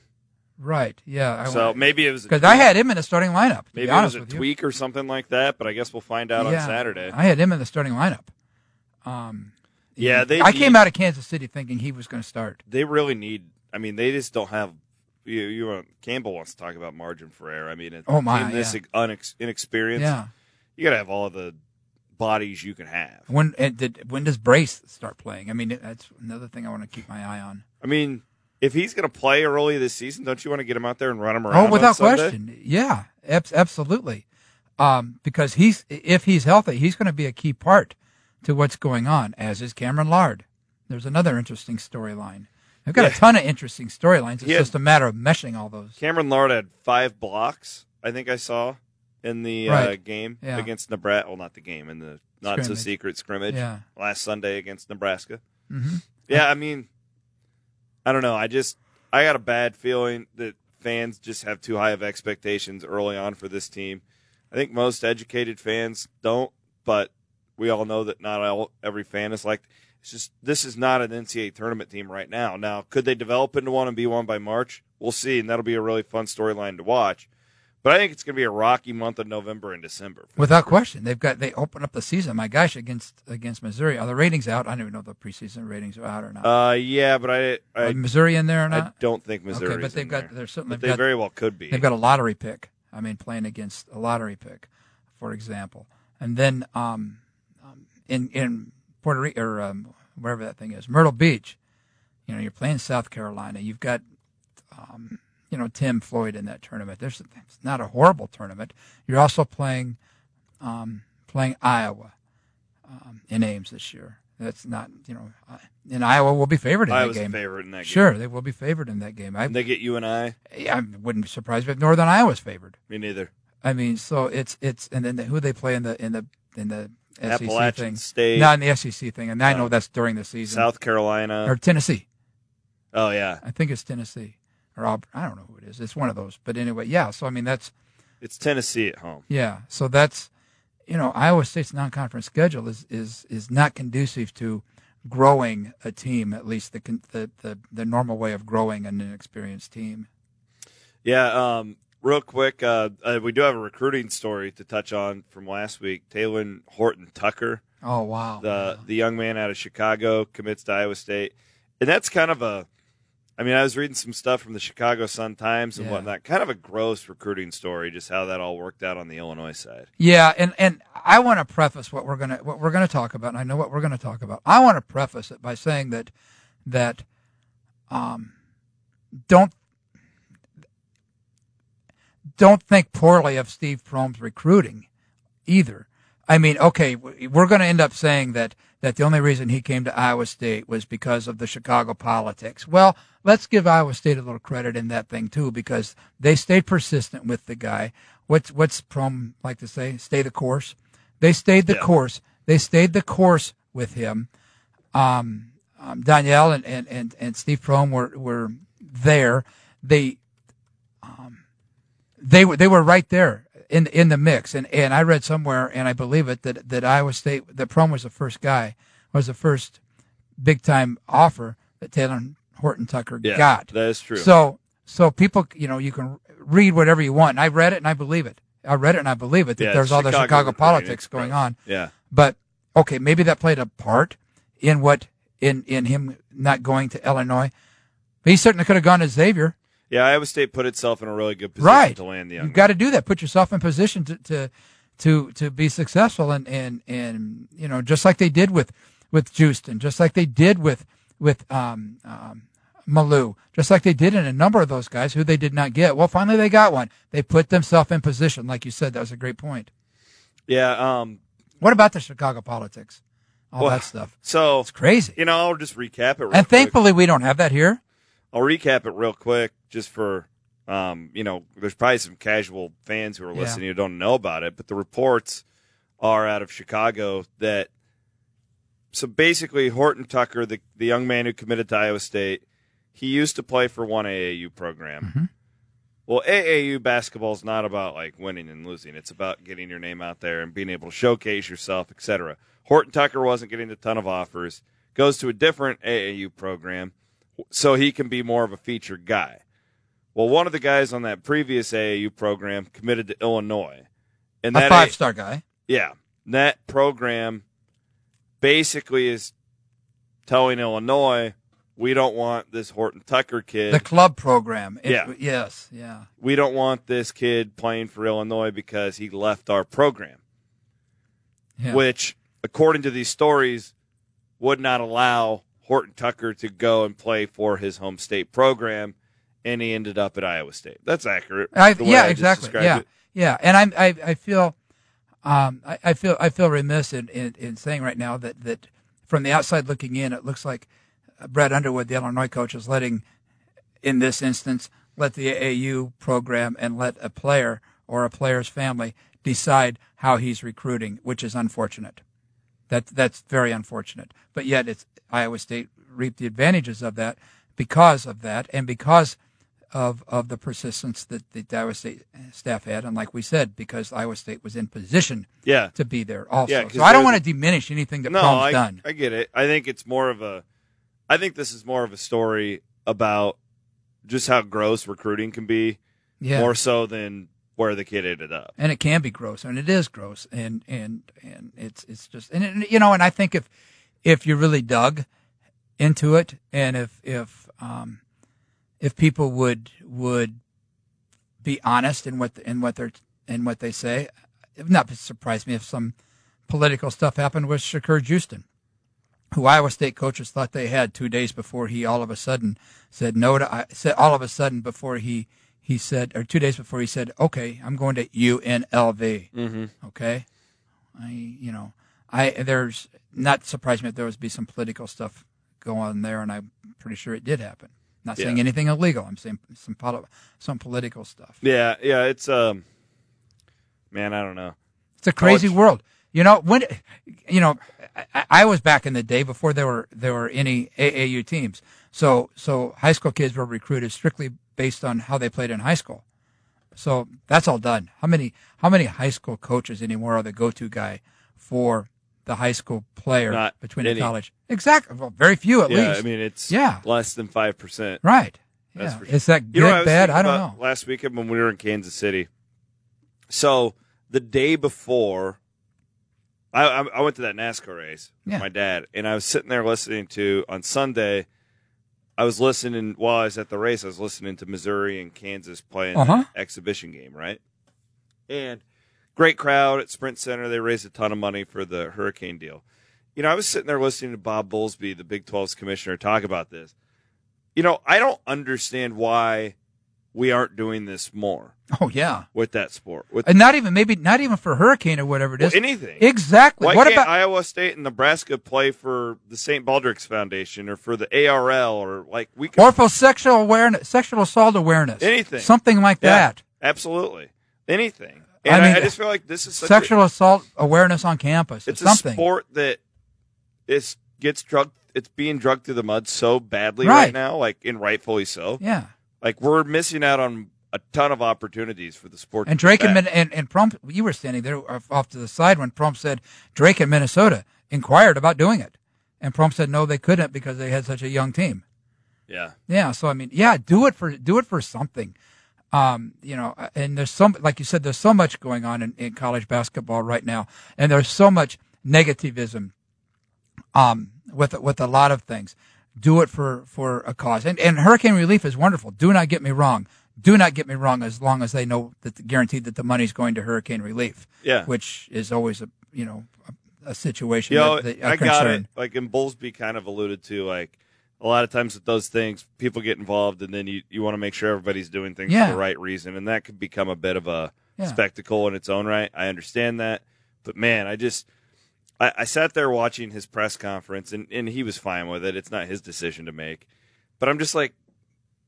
S3: right. Yeah,
S2: So maybe it was a
S3: because I
S2: tweak.
S3: had him in the starting lineup. To
S2: maybe
S3: be
S2: it was
S3: honest
S2: a
S3: with you.
S2: tweak or something like that. But I guess we'll find out on
S3: Yeah,
S2: Saturday.
S3: I had him in the starting lineup. Um,
S2: yeah, they.
S3: I
S2: need-
S3: came out of Kansas City thinking he was going to start.
S2: They really need. I mean, they just don't have. You, you want Campbell wants to talk about margin for error. I mean, it,
S3: Oh, my,
S2: in this
S3: yeah.
S2: unex, inexperience,
S3: Yeah.
S2: you got to have all the bodies you can have.
S3: When and did when does Brace start playing? I mean, that's another thing I want to keep my eye on.
S2: I mean, if he's going to play early this season, don't you want to get him out there and run him around?
S3: Oh,
S2: on
S3: without
S2: Sunday?
S3: question. Yeah, abs- absolutely. Um, because he's if he's healthy, he's going to be a key part to what's going on. As is Cameron Lard. There's another interesting storyline. They've got
S2: Yeah.
S3: a ton of interesting storylines. It's
S2: Yeah.
S3: just a matter of meshing all those.
S2: Cameron Lard had five blocks, I think I saw in the uh,
S3: Right.
S2: game
S3: Yeah.
S2: against Nebraska. Well, not the game in the not so
S3: Scrimmage.
S2: secret scrimmage
S3: Yeah.
S2: last Sunday against Nebraska.
S3: hmm
S2: Yeah, I mean, I don't know. I just I got a bad feeling that fans just have too high of expectations early on for this team. I think most educated fans don't, but we all know that not all, every fan is like. It's just this is not an NCAA tournament team right now. Now, could they develop into one and be one by March? We'll see, and that'll be a really fun storyline to watch. But I think it's going to be a rocky month of November and December.
S3: Without question, they've got they open up the season. My gosh, against against Missouri, are the ratings out? I don't even know if the preseason ratings are out or not.
S2: Uh, yeah, but I
S3: Are
S2: I,
S3: Missouri in there or
S2: I
S3: not?
S2: don't think Missouri.
S3: okay, but
S2: is
S3: they've
S2: in
S3: got
S2: there.
S3: they're certainly
S2: But they
S3: got-
S2: very well could be.
S3: They've got a lottery pick. I mean, playing against a lottery pick, for example. And then um, um, in in Puerto Rico or um, wherever that thing is, Myrtle Beach. You know, you're playing South Carolina. You've got um, you know Tim Floyd in that tournament. There's it's not a horrible tournament. You're also playing um, playing Iowa um, in Ames this year. That's not you know, I- and Iowa will be favored in
S2: I
S3: that
S2: was
S3: game.
S2: a favorite in that game.
S3: Sure, they will be favored in that game. I,
S2: And they get you and I.
S3: I wouldn't be surprised if Northern Iowa's favored.
S2: Me neither.
S3: I mean, so it's it's and then the, who they play in the in the in the SEC
S2: Appalachian
S3: thing,
S2: State.
S3: not in the SEC thing, and I know
S2: No.
S3: that's during the season.
S2: South uh, Carolina.
S3: or Tennessee,
S2: Oh yeah,
S3: I think it's Tennessee or Aub- I don't know who it is. It's one of those, but anyway, yeah. So I mean, that's
S2: it's Tennessee at home.
S3: yeah. So that's you know Iowa State's non-conference schedule is is is not conducive to growing a team at least the con- the the, the normal way of growing an inexperienced team.
S2: Yeah. Um. Real quick, uh, uh, we do have a recruiting story to touch on from last week. Taylor Horton Tucker,
S3: Oh wow.
S2: the the young man out of Chicago, commits to Iowa State, and that's kind of a. I mean, I was reading some stuff from the Chicago Sun Times and
S3: Yeah.
S2: whatnot. Kind of a gross recruiting story, just how that all worked out on the Illinois side.
S3: Yeah, and and I want to preface what we're gonna what we're gonna talk about, and I know what we're gonna talk about. I want to preface it by saying that that um don't don't think poorly of Steve Prohm's recruiting either. I mean, okay, w- we're going to end up saying that that the only reason he came to Iowa State was because of the Chicago politics. Well, let's give Iowa State a little credit in that thing too, because they stayed persistent with the guy. What's what's Prom like to say? Stay the course. They stayed the
S2: Yeah.
S3: course. They stayed the course with him. Um, um, Danielle and, and, and, and Steve Prom were were there. They um, they were they were right there in in the mix. And and I read somewhere, and I believe it that that Iowa State that Prom was the first guy was the first big time offer that Taylor Horton Tucker
S2: Yeah,
S3: got.
S2: that is true.
S3: So so people, you know, you can read whatever you want. And I read it and I believe it. I read it and I believe it that
S2: Yeah,
S3: there's all the Chicago
S2: recruiting,
S3: politics
S2: it's
S3: going
S2: gross.
S3: on.
S2: Yeah.
S3: But okay, maybe that played a part in what in in him not going to Illinois. But he certainly could have gone to Xavier.
S2: Yeah, Iowa State put itself in a really good position
S3: right.
S2: to land the young
S3: You've got to do that. Put yourself in position to to to, to be successful and, and and you know just like they did with with Justin, just like they did with with um, um, Malou, just like they did in a number of those guys who they did not get. Well, finally they got one. They put themselves in position, like you said. That was a great point.
S2: Yeah. Um.
S3: What about the Chicago politics? All
S2: Well,
S3: that stuff.
S2: So
S3: It's crazy.
S2: you know, I'll just recap it. Real quick.
S3: and thankfully we don't have that here.
S2: I'll recap it real quick, just for um, you know, there's probably some casual fans who are
S3: Yeah.
S2: listening who don't know about it, but the reports are out of Chicago that so basically Horton Tucker, the the young man who committed to Iowa State, he used to play for one AAU program. Well, AAU basketball is not about like winning and losing. It's about getting your name out there and being able to showcase yourself, etc. Horton Tucker wasn't getting a ton of offers. Goes to a different AAU program, so he can be more of a featured guy. Well, one of the guys on that previous AAU program committed to Illinois, and
S3: A
S2: that
S3: five star guy.
S2: yeah, that program basically is telling Illinois, we don't want this Horton Tucker kid.
S3: The club program. It-
S2: Yeah.
S3: Yes. Yeah.
S2: we don't want this kid playing for Illinois because he left our program,
S3: yeah.
S2: which, according to these stories, would not allow Horton Tucker to go and play for his home state program. And he ended up at Iowa State. That's accurate.
S3: I,
S2: the way
S3: yeah,
S2: I just
S3: exactly.
S2: described
S3: Yeah,
S2: it.
S3: yeah. And I'm, I, I feel, um, I, I feel, I feel remiss in, in, in saying right now that that from the outside looking in, it looks like Brad Underwood, the Illinois coach, is letting, in this instance, let the AAU program and let a player or a player's family decide how he's recruiting, which is unfortunate. That that's very unfortunate. But yet, it's Iowa State reaped the advantages of that because of that, and because of of the persistence that the Iowa State staff had, and like we said, because Iowa State was in position
S2: Yeah.
S3: to be there also.
S2: Yeah, 'cause
S3: so I don't
S2: they're-
S3: want to diminish anything that
S2: no,
S3: Prom's
S2: I,
S3: done.
S2: I get it. I think it's more of a. I think this is more of a story about just how gross recruiting can be,
S3: yeah,
S2: more so than where the kid ended up.
S3: and it can be gross, and it is gross, and and and it's it's just and it, you know, and I think if if you really dug into it, and if if um, if people would would be honest in what in what they're in what they say, it would not surprise me if some political stuff happened with Shakur Justin, who Iowa State coaches thought they had two days before he all of a sudden said no to I said all of a sudden before he he said or two days before he said okay I'm going to UNLV okay I you know I there's not surprised me if there was be some political stuff going there and I'm pretty sure it did happen. Not saying
S2: Yeah.
S3: anything illegal. I'm saying some poli- some political stuff.
S2: Yeah, yeah. It's um, man, I don't know.
S3: It's a crazy
S2: College-
S3: world. You know when, you know, I, I was back in the day before there were there were any AAU teams. So so high school kids were recruited strictly based on how they played in high school. So that's all done. How many how many high school coaches anymore are the go to guy for the high school player
S2: Not
S3: between
S2: any.
S3: the college? Exactly. Well, very few at
S2: yeah,
S3: least.
S2: I mean, it's
S3: Yeah.
S2: less than five percent.
S3: right.
S2: That's
S3: yeah.
S2: for sure.
S3: Is that good
S2: You know, what I was
S3: bad?
S2: thinking
S3: I don't
S2: about
S3: know.
S2: Last weekend when we were in Kansas City, so the day before, I I, I went to that NASCAR race with
S3: Yeah.
S2: my dad, and I was sitting there listening to on Sunday. I was listening while I was at the race. I was listening to Missouri and Kansas playing the
S3: Uh-huh.
S2: exhibition game, right? And great crowd at Sprint Center. They raised a ton of money for the hurricane deal. You know, I was sitting there listening to Bob Bowlesby, the Big 12's commissioner, talk about this. You know, I don't understand why we aren't doing this more
S3: Oh yeah.
S2: with that sport, with
S3: And not even maybe not even for hurricane or whatever it
S2: well,
S3: is.
S2: anything.
S3: Exactly.
S2: Why
S3: what
S2: can't
S3: about
S2: Iowa State and Nebraska play for the St. Baldrick's Foundation or for the ARL or like we could
S3: or for sexual awareness, sexual assault awareness,
S2: Anything.
S3: something like
S2: Yeah,
S3: that.
S2: Absolutely. Anything. And I,
S3: mean,
S2: I just feel like this is such a-
S3: sexual assault awareness on campus,
S2: it's
S3: or something.
S2: a sport that it's gets drugged it's being drugged through the mud so badly right,
S3: Right.
S2: now, like and rightfully so.
S3: Yeah,
S2: Like we're missing out on a ton of opportunities for the sport.
S3: and
S2: to get
S3: Drake and,
S2: back.
S3: Min- and and Prom, you were standing there off, off to the side when Prom said Drake in Minnesota inquired about doing it, and Prom said no, they couldn't because they had such a young team.
S2: Yeah.
S3: Yeah, so I mean, yeah, do it for do it for something. Um, you know, and there's some like you said, there's so much going on in, in college basketball right now, and there's so much negativism um with with a lot of things. Do it for for a cause, and and hurricane relief is wonderful. Do not get me wrong. Do not get me wrong. As long as they know that guaranteed that the money's going to hurricane relief,
S2: Yeah.
S3: which is always a you know a, a situation.
S2: Yo,
S3: that, that, a
S2: I got
S3: concern.
S2: it. Like, and Bowlesby kind of alluded to, like, a lot of times with those things, people get involved, and then you, you want to make sure everybody's doing things
S3: Yeah.
S2: for the right reason. And that could become a bit of a
S3: Yeah.
S2: spectacle in its own right. I understand that. But man, I just, I, I sat there watching his press conference, and, and he was fine with it. It's not his decision to make. But I'm just like,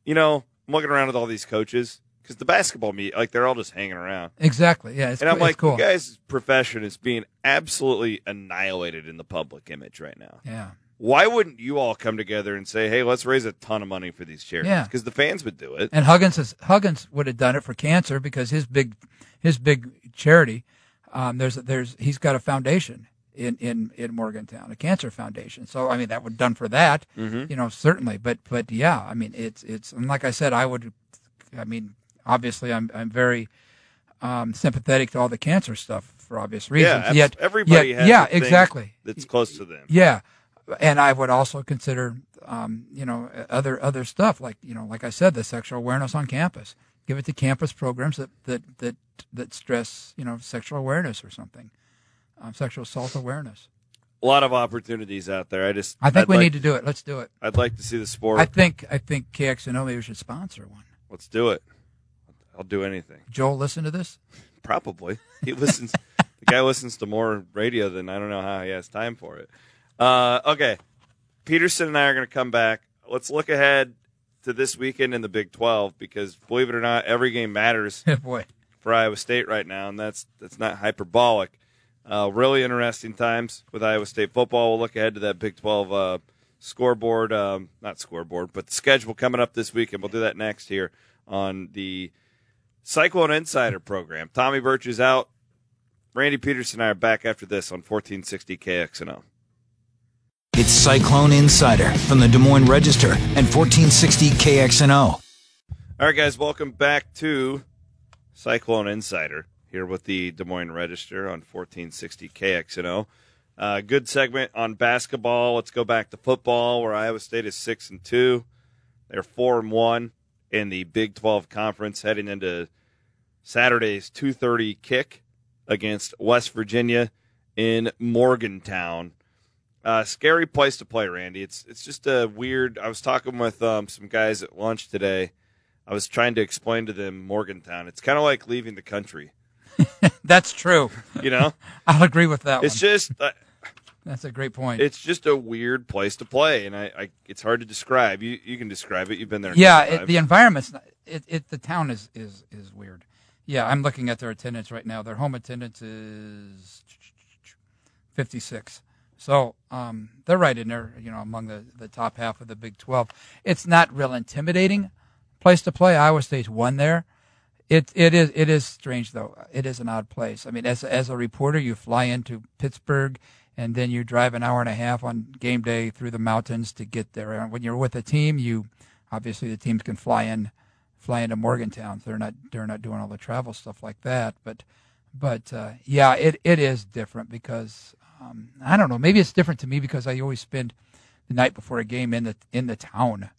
S2: you know, I'm looking around at all these coaches because the basketball meet, like, they're all just hanging around.
S3: Exactly. Yeah, it's,
S2: And I'm
S3: it's
S2: like,
S3: cool.
S2: you guys' profession is being absolutely annihilated in the public image right now
S3: yeah.
S2: Why wouldn't you all come together and say, "Hey, let's raise a ton of money for these charities"?
S3: Yeah.
S2: because the fans would do it.
S3: And Huggins has, Huggins would have done it for cancer because his big his big charity um, there's there's he's got a foundation in, in in Morgantown a cancer foundation so I mean that would done for that
S2: Mm-hmm.
S3: you know certainly but but yeah I mean it's it's and like I said I would I mean obviously I'm I'm very um, sympathetic to all the cancer stuff for obvious reasons
S2: yeah, abs-
S3: yet
S2: everybody
S3: yet-
S2: has.
S3: yeah
S2: a thing
S3: exactly
S2: That's close to them.
S3: yeah, and I would also consider, um, you know, other other stuff like you know, like I said, the sexual awareness on campus. Give it to campus programs that that that that stress you know sexual awareness or something, um, sexual assault awareness.
S2: A lot of opportunities out there. I just
S3: I think
S2: I'd
S3: we
S2: like-
S3: need to do it. Let's do it.
S2: I'd like to see the sport.
S3: I think I think KXNO maybe should sponsor one.
S2: Let's do it. I'll do anything.
S3: Joel, listen to this. <laughs>
S2: Probably. He listens. the guy listens to more radio than I don't know how he has time for it. Uh, okay. Peterson and I are going to come back. Let's look ahead to this weekend in the Big 12 because, believe it or not, every game matters
S3: Boy,
S2: for Iowa State right now, and that's that's not hyperbolic. Uh, really interesting times with Iowa State football. We'll look ahead to that Big 12 uh, scoreboard, um, not scoreboard, but the schedule coming up this weekend. We'll do that next here on the Cyclone Insider program. Tommy Birch is out. Randy Peterson and I are back after this on 1460 KXNO.
S1: It's Cyclone Insider from the Des Moines Register and 1460 KXNO.
S2: All right, guys, welcome back to Cyclone Insider here with the Des Moines Register on 1460 KXNO. Uh, good segment on basketball. Let's go back to football, where Iowa State is six and two. They're four and one in the Big 12 conference, heading into Saturday's 2:30 kick against West Virginia in Morgantown. Uh, scary place to play, Randy. It's it's just a weird. I was talking with um, some guys at lunch today. I was trying to explain to them Morgantown. It's kind of like leaving the country,
S3: that's true.
S2: you know.
S3: I'll agree with <laughs> that
S2: it's
S3: one.
S2: just uh,
S3: that's a great point.
S2: it's just a weird place to play, and I, I it's hard to describe. You you can describe it. You've been there. a
S3: yeah,
S2: couple
S3: it, the
S2: times.
S3: environment's not, it, it the town is is is weird. Yeah, I'm looking at their attendance right now. Their home attendance is 56. So um, they're right in there, you know, among the, the top half of the Big 12. It's not real intimidating place to play. Iowa State's won there. It it is it is strange though. It is an odd place. I mean, as as a reporter, you fly into Pittsburgh and then you drive an hour and a half on game day through the mountains to get there. And when you're with a team, you obviously the teams can fly in fly into Morgantown. They're not they're not doing all the travel stuff like that. But but uh, yeah, it, it is different because um, I don't know. Maybe it's different to me because I always spend the night before a game in the in the town.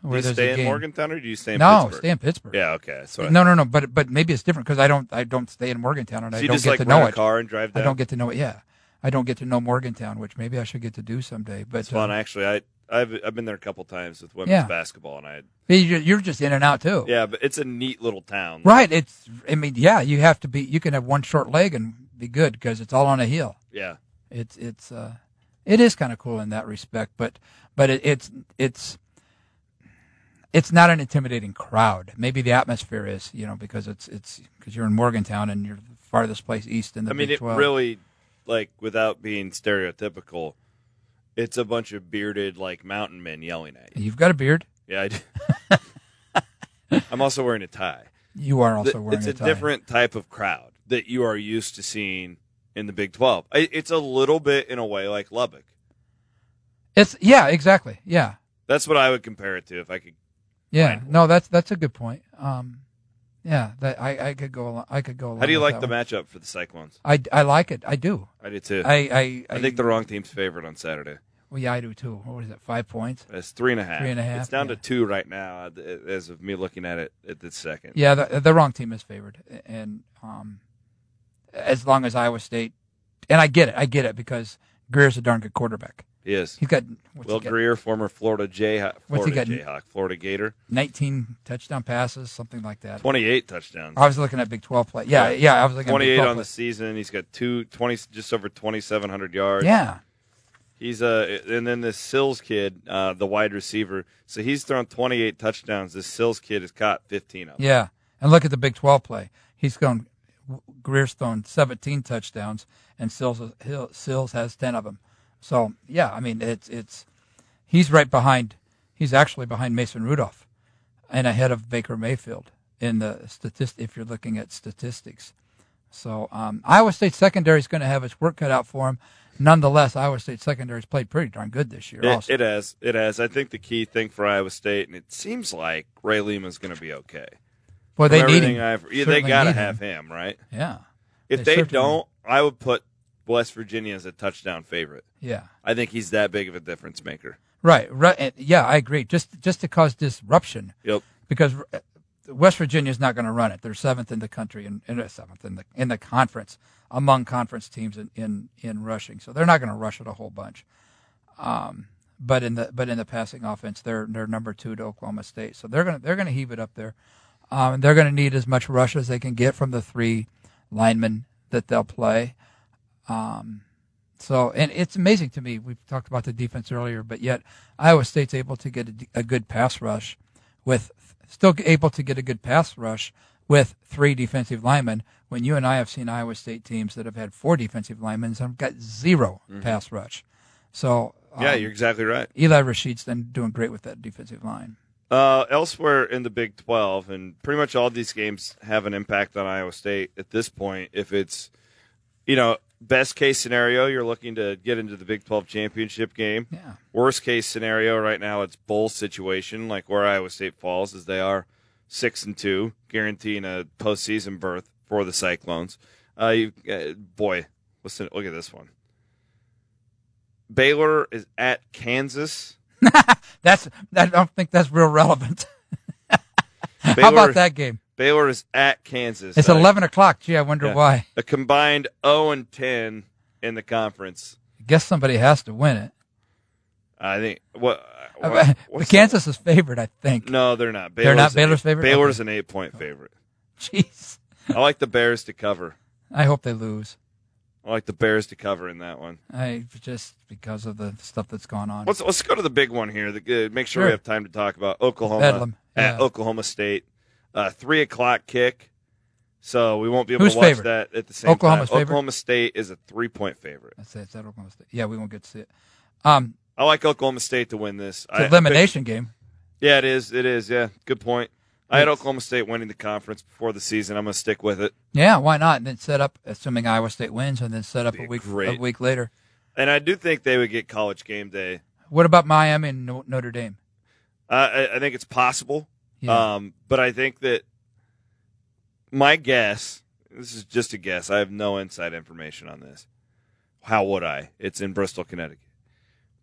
S2: Do
S3: Where
S2: you
S3: there's a
S2: stay in
S3: game.
S2: Morgantown or do you stay in
S3: no,
S2: Pittsburgh?
S3: stay in Pittsburgh.
S2: Yeah, okay. So
S3: No, no, no. But but maybe it's different because I don't I don't stay in Morgantown and
S2: so
S3: I
S2: you
S3: don't
S2: just
S3: get
S2: like
S3: to
S2: rent
S3: know
S2: a
S3: it.
S2: car and drive
S3: I
S2: down.
S3: don't get to know it. Yeah, I don't get to know Morgantown, which maybe I should get to do someday. But
S2: It's fun
S3: uh,
S2: actually. I I've I've been there a couple times with women's
S3: Yeah.
S2: basketball, and I
S3: you're uh, you're just in and out too.
S2: yeah, but it's a neat little town.
S3: Right. It's I mean yeah, you have to be. You can have one short leg and be good because it's all on a hill.
S2: Yeah,
S3: It's it's uh, it is kind of cool in that respect. But but it, it's it's. It's not an intimidating crowd. Maybe the atmosphere is, you know, because it's it's because you're in Morgantown and you're the farthest place east in the
S2: I mean
S3: Big
S2: it
S3: 12.
S2: really like without being stereotypical. It's a bunch of bearded like mountain men yelling at you.
S3: You've got a beard.
S2: Yeah, I do.
S3: <laughs>
S2: I'm also wearing a tie.
S3: You are also
S2: Th-
S3: wearing
S2: it's
S3: a,
S2: a
S3: tie.
S2: different type of crowd that you are used to seeing in the Big 12. I- It's a little bit, in a way, like Lubbock.
S3: It's yeah, exactly. Yeah,
S2: That's what I would compare it to if I could.
S3: yeah.
S2: Fine.
S3: No, that's that's a good point. Um, yeah, that I, I could go along. I could go along.
S2: How do you
S3: with
S2: like the
S3: that one.
S2: matchup for the Cyclones?
S3: I, I like it. I do.
S2: I do too. I,
S3: I I,
S2: think the wrong team's favorite on Saturday.
S3: well, yeah, I do too. What is it? Five points.
S2: It's three and a half.
S3: Three and a half,
S2: It's down
S3: yeah.
S2: to two right now, uh, th- as of me looking at it at this second.
S3: Yeah, the, the wrong team is favored, and um, as long as Iowa State, and I get it. I get it because Greer's a darn good quarterback.
S2: He is.
S3: He's got what's
S2: Will
S3: he got?
S2: Greer, former Florida Jayhawk,
S3: What's
S2: Florida
S3: he
S2: Jayhawk, Florida Gator,
S3: 19 touchdown passes, something like that.
S2: 28 touchdowns.
S3: I was looking at Big 12 play. Yeah, yeah, I was looking at
S2: 28
S3: Big 12
S2: on
S3: play.
S2: the season. He's got two, 20, just over 2,700 yards.
S3: Yeah,
S2: He's a, and then this Sills kid, uh, the wide receiver. So he's thrown 28 touchdowns. This Sills kid has caught 15 of them.
S3: Yeah, and look at the Big Twelve play. He's thrown Greer's thrown 17 touchdowns, and Sills Hill, Sills has 10 of them. So yeah, I mean it's it's he's right behind he's actually behind Mason Rudolph and ahead of Baker Mayfield in the statist if you're looking at statistics. So um, Iowa State secondary is going to have its work cut out for him. Nonetheless, Iowa State secondary's played pretty darn good this year.
S2: It,
S3: also.
S2: it has. It has. I think the key thing for Iowa State, and it seems like Ray Lima's going to be okay.
S3: Boy, they
S2: From
S3: need
S2: everything
S3: him.
S2: I've, yeah, they
S3: Certainly
S2: got to
S3: need him.
S2: have him, right?
S3: Yeah.
S2: If
S3: They
S2: they,
S3: certainly-
S2: don't, I would put West Virginia as a touchdown favorite.
S3: Yeah.
S2: I think he's that big of a difference maker.
S3: Right. Right. and- Yeah, I agree. Just just to cause disruption
S2: Yep.
S3: because uh, West Virginia's not going to run it. They're seventh in the country and, and uh, seventh in the in the conference among conference teams in in, in rushing. So they're not going to rush it a whole bunch. Um, but in the but in the passing offense, they're they're number two to Oklahoma State. So they're gonna they're gonna heave it up there. Um, and they're going to need as much rush as they can get from the three linemen that they'll play. Um, So, and it's amazing to me. We've talked about the defense earlier, but yet Iowa State's able to get a, d- a good pass rush with still able to get a good pass rush with three defensive linemen. When you and I have seen Iowa State teams that have had four defensive linemen, some got 0 pass rush. So, um,
S2: Mm-hmm. Yeah, you're exactly right.
S3: Eli Rashid's been doing great with that defensive line.
S2: Uh, elsewhere in the Big 12, and pretty much all these games have an impact on Iowa State at this point. If it's, you know, best case scenario, you're looking to get into the Big 12 championship game.
S3: Yeah.
S2: Worst case scenario right now, it's bowl situation, like where Iowa State falls, is they are six and two, guaranteeing a postseason berth for the Cyclones. Uh, you, uh boy, listen, look at this one. Baylor is at Kansas.
S3: That's, I don't think that's real relevant.
S2: Baylor,
S3: <laughs> How about that game?
S2: Baylor is at Kansas.
S3: It's
S2: Uh,
S3: 11 o'clock. Gee, I wonder
S2: Yeah.
S3: why.
S2: A combined 0 and 10 in the conference.
S3: guess somebody has to win it.
S2: I think what,
S3: Uh, <laughs>
S2: what
S3: but
S2: what's
S3: Kansas is favored, I think.
S2: the- no, they're not. Baylor's
S3: They're not
S2: an
S3: Baylor's
S2: eight-
S3: favorite?
S2: Baylor's an eight-point favorite.
S3: Jeez.
S2: I like the Bears to cover.
S3: I hope they lose.
S2: I like the Bears to cover in that one.
S3: I just because of the stuff that's gone on.
S2: Let's let's go to the big one here. The, uh, make sure
S3: Sure.
S2: we have time to talk about Oklahoma
S3: Bedlam,
S2: at
S3: yeah.
S2: Oklahoma State. Uh, three o'clock kick, so we won't be able
S3: Who's
S2: to watch
S3: favored?
S2: that at the same
S3: Oklahoma's
S2: time.
S3: favored?
S2: Oklahoma State is a three-point favorite.
S3: That's it. It's at Oklahoma State. Yeah, we won't get to see it. Um,
S2: I like Oklahoma State to win this.
S3: it's
S2: I-
S3: an
S2: I picked-
S3: elimination game.
S2: Yeah, it is. It is. Yeah, good point. I had
S3: It's-
S2: Oklahoma State winning the conference before the season. I'm going to stick with it.
S3: Yeah, why not? And then set up, assuming Iowa State wins, and then set up
S2: Be
S3: a week a
S2: great.
S3: week later.
S2: And I do think they would get College Game Day.
S3: What about Miami and No- Notre Dame?
S2: Uh, I, I think it's possible.
S3: Yeah.
S2: Um, but I think that my guess. This is just a guess. I have no inside information on this. How would I? It's in Bristol, Connecticut.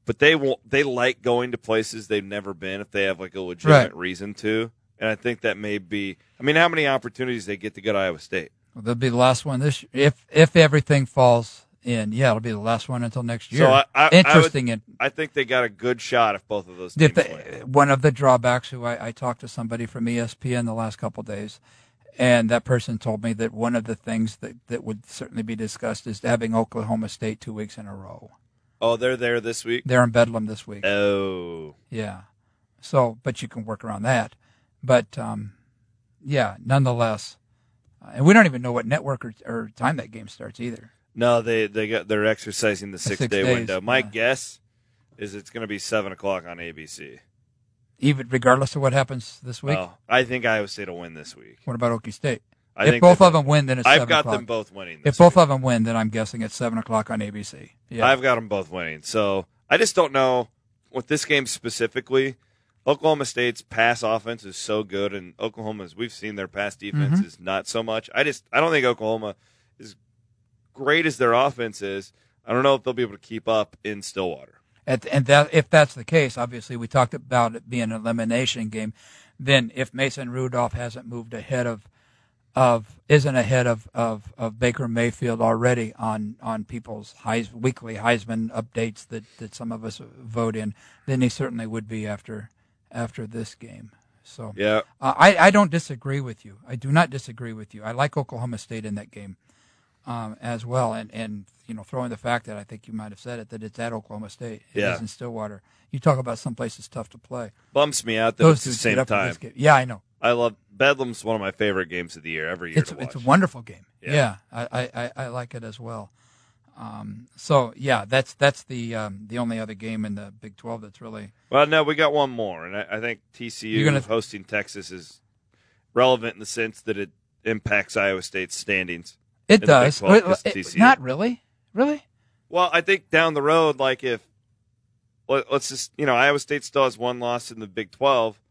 S2: But they will They like going to places they've never been if they have like a legitimate
S3: Right.
S2: reason to. And I think that may be. I mean, how many opportunities they get to go to Iowa State?
S3: Well, they'll be the last one this year. if if everything falls in. Yeah, it'll be the last one until next year.
S2: I- I- I would-
S3: Interesting. and
S2: I think they got a good shot if both of those teams
S3: Did
S2: play.
S3: the, one of the drawbacks who I, I talked to somebody from E ESPN the last couple of days, and that person told me that one of the things that, that would certainly be discussed is having Oklahoma State two weeks in a row.
S2: Oh, they're there this week.
S3: They're in Bedlam this week.
S2: Oh,
S3: Yeah. So, but you can work around that. But um, yeah, nonetheless, uh, and we don't even know what network or, or time that game starts either.
S2: no, they they got they're exercising the six,
S3: six
S2: day
S3: days,
S2: window. My
S3: yeah.
S2: guess is it's going to be seven o'clock on ABC.
S3: Even regardless of what happens this week.
S2: Oh, I think Iowa State will win this week.
S3: What about Okie State?
S2: I
S3: if
S2: think
S3: both
S2: that-
S3: of them win, then it's
S2: I've
S3: seven
S2: got
S3: o'clock.
S2: them both winning. This
S3: If both
S2: week.
S3: of them win, then I'm guessing it's seven o'clock on ABC. Yeah,
S2: I've got them both winning. So I just don't know with this game specifically. Oklahoma State's pass offense is so good, and Oklahoma's we've seen their pass defense
S3: Mm-hmm.
S2: is not so much. I just I don't think Oklahoma is great as their offense is. I don't know if they'll be able to keep up in Stillwater.
S3: At, and that if that's the case, obviously we talked about it being an elimination game. Then if Mason Rudolph hasn't moved ahead of of isn't ahead of, of, of Baker Mayfield already on on people's Heis, weekly Heisman updates that, that some of us vote in, then he certainly would be after after this game. So
S2: Yeah,
S3: uh, I, I don't disagree with you. I do not disagree with you. I like Oklahoma State in that game um, as well. And, and, you know, throwing the fact that I think you might have said it, that it's at Oklahoma State. It
S2: Yeah.
S3: is in Stillwater. You talk about some places tough to play.
S2: bumps me out that it's
S3: Those
S2: the
S3: dudes
S2: same
S3: get up for
S2: time.
S3: this game. Yeah, I know.
S2: I love Bedlam's one of my favorite games of the year every year
S3: It's,
S2: to watch.
S3: it's a wonderful game.
S2: Yeah.
S3: Yeah, I I, I, I like it as well. Um, so yeah, that's that's the um, the only other game in the Big 12 that's really
S2: Well, no, we got one more, and I, I think TCU
S3: You're gonna-
S2: hosting Texas is relevant in the sense that it impacts Iowa State's standings.
S3: it
S2: the Big
S3: does
S2: 12
S3: Well,
S2: is
S3: it-
S2: TCU.
S3: not really really
S2: Well, I think down the road, like if let, let's just you know, Iowa State still has one loss in the Big Twelve.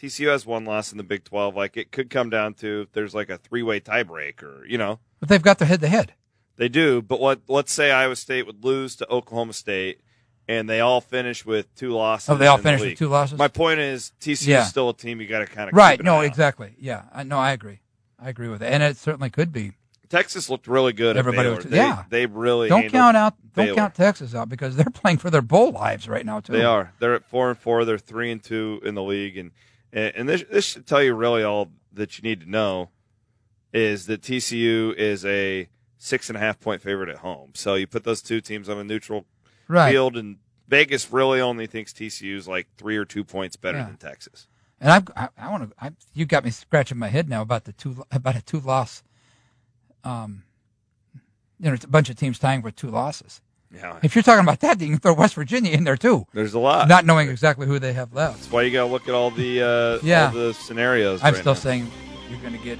S2: TCU has one loss in the Big Twelve. Like it could come down to if there's like a three way tiebreak, or you know,
S3: but they've got their head to head.
S2: they do. But what let's say Iowa State would lose to Oklahoma State, and they all finish with two losses.
S3: Oh, they all
S2: in the
S3: finish with
S2: league.
S3: two losses?
S2: My point is TCU
S3: Yeah.
S2: is still a team you got to kind of
S3: Right? No, exactly. Yeah, I, no, I agree. I agree with that, and it certainly could be.
S2: Texas looked really good.
S3: Everybody
S2: at Baylor.
S3: was-
S2: they,
S3: yeah.
S2: they really
S3: Don't
S2: handled
S3: count out. Don't
S2: Baylor.
S3: count oh. Texas out because they're <laughs> playing for their bowl lives right now too.
S2: They are. They're at four and four. They're three and two in the league, and and this this should tell you really all that you need to know is that TCU is a six and a half point favorite at home. So you put those two teams on a neutral
S3: right.
S2: field, and Vegas really only thinks TCU's like three or two points better
S3: Yeah.
S2: than Texas.
S3: And I've, I, I want to. I, you got me scratching my head now about the two about a two loss. Um, you know, it's a bunch of teams tying for two losses.
S2: Yeah,
S3: If you're talking about that, then you can throw West Virginia in there too,
S2: there's a lot.
S3: not knowing exactly who they have left.
S2: That's why you got to look at all the uh,
S3: Yeah.
S2: all the scenarios.
S3: I'm
S2: right
S3: still
S2: now.
S3: saying you're going to get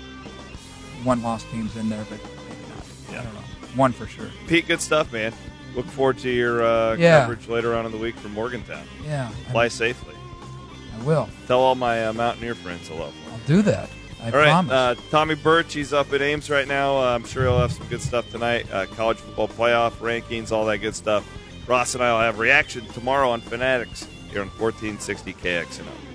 S3: one loss teams in there, but maybe not.
S2: Yeah.
S3: I don't know. One for sure.
S2: Pete, good stuff, man. Look forward to your uh,
S3: Yeah.
S2: coverage later on in the week from Morgantown.
S3: Yeah, I,
S2: Fly safely.
S3: I will.
S2: Tell all my uh, Mountaineer friends I love
S3: I'll
S2: them.
S3: do that. I
S2: All right,
S3: promise.
S2: uh, Tommy Birch, he's up at Ames right now. Uh, I'm sure he'll have some good stuff tonight. Uh, college football playoff rankings, all that good stuff. Ross and I will have reaction tomorrow on Fanatics here on 1460 KXNO.